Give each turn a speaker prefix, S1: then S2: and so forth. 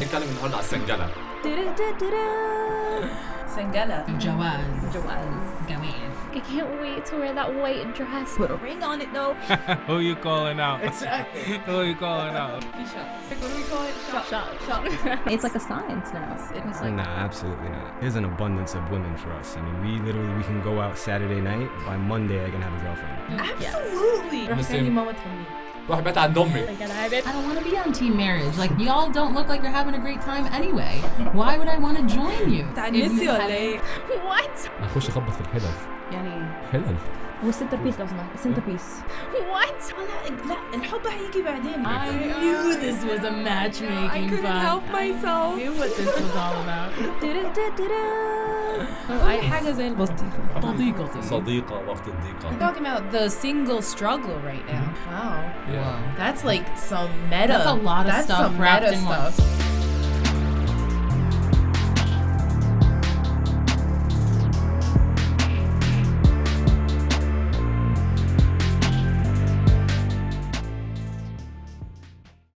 S1: نتكلم من هون على السنجلة
S2: Sangala.
S3: Jawaz.
S2: Jawaz.
S3: Gawaz.
S4: I can't wait to wear that white dress.
S2: Ring on it though.
S5: Who you calling out? Who you calling out?
S6: It's like a science now.
S2: It's
S7: Nah, absolutely not. There's an abundance of women for us. I mean, we literally we can go out Saturday night. By Monday, I can have a girlfriend.
S2: Absolutely.
S1: راح تخلي ماما تهمني طيب. روح بيت عند امي
S3: I don't want to be on team marriage. Like, y'all don't look like you're having a great time anyway. Why would I want to join you? If
S2: تعنسي
S3: you
S2: ولا
S3: have-
S2: ايه؟
S4: What?
S1: اخش اخبط في الحلل
S3: يعني
S1: حلل
S6: والسنتر بيس لو سمحت السنتر بيس
S4: What?
S2: لا لا الحب هيجي بعدين.
S3: I knew this was a
S2: I
S3: matchmaking
S2: couldn't help
S3: podcast. I
S2: myself.
S3: knew what this was all about.
S4: Oh,
S2: اي حاجه زي البسطيخه.
S3: Legal team.
S1: صديقة وقت الضيقة
S2: Talking about the single struggle right now. Wow.
S1: Yeah.
S2: That's like some meta.
S3: That's a lot of
S2: That's
S3: stuff
S2: some
S3: wrapped
S2: meta
S3: in
S2: stuff.
S3: one.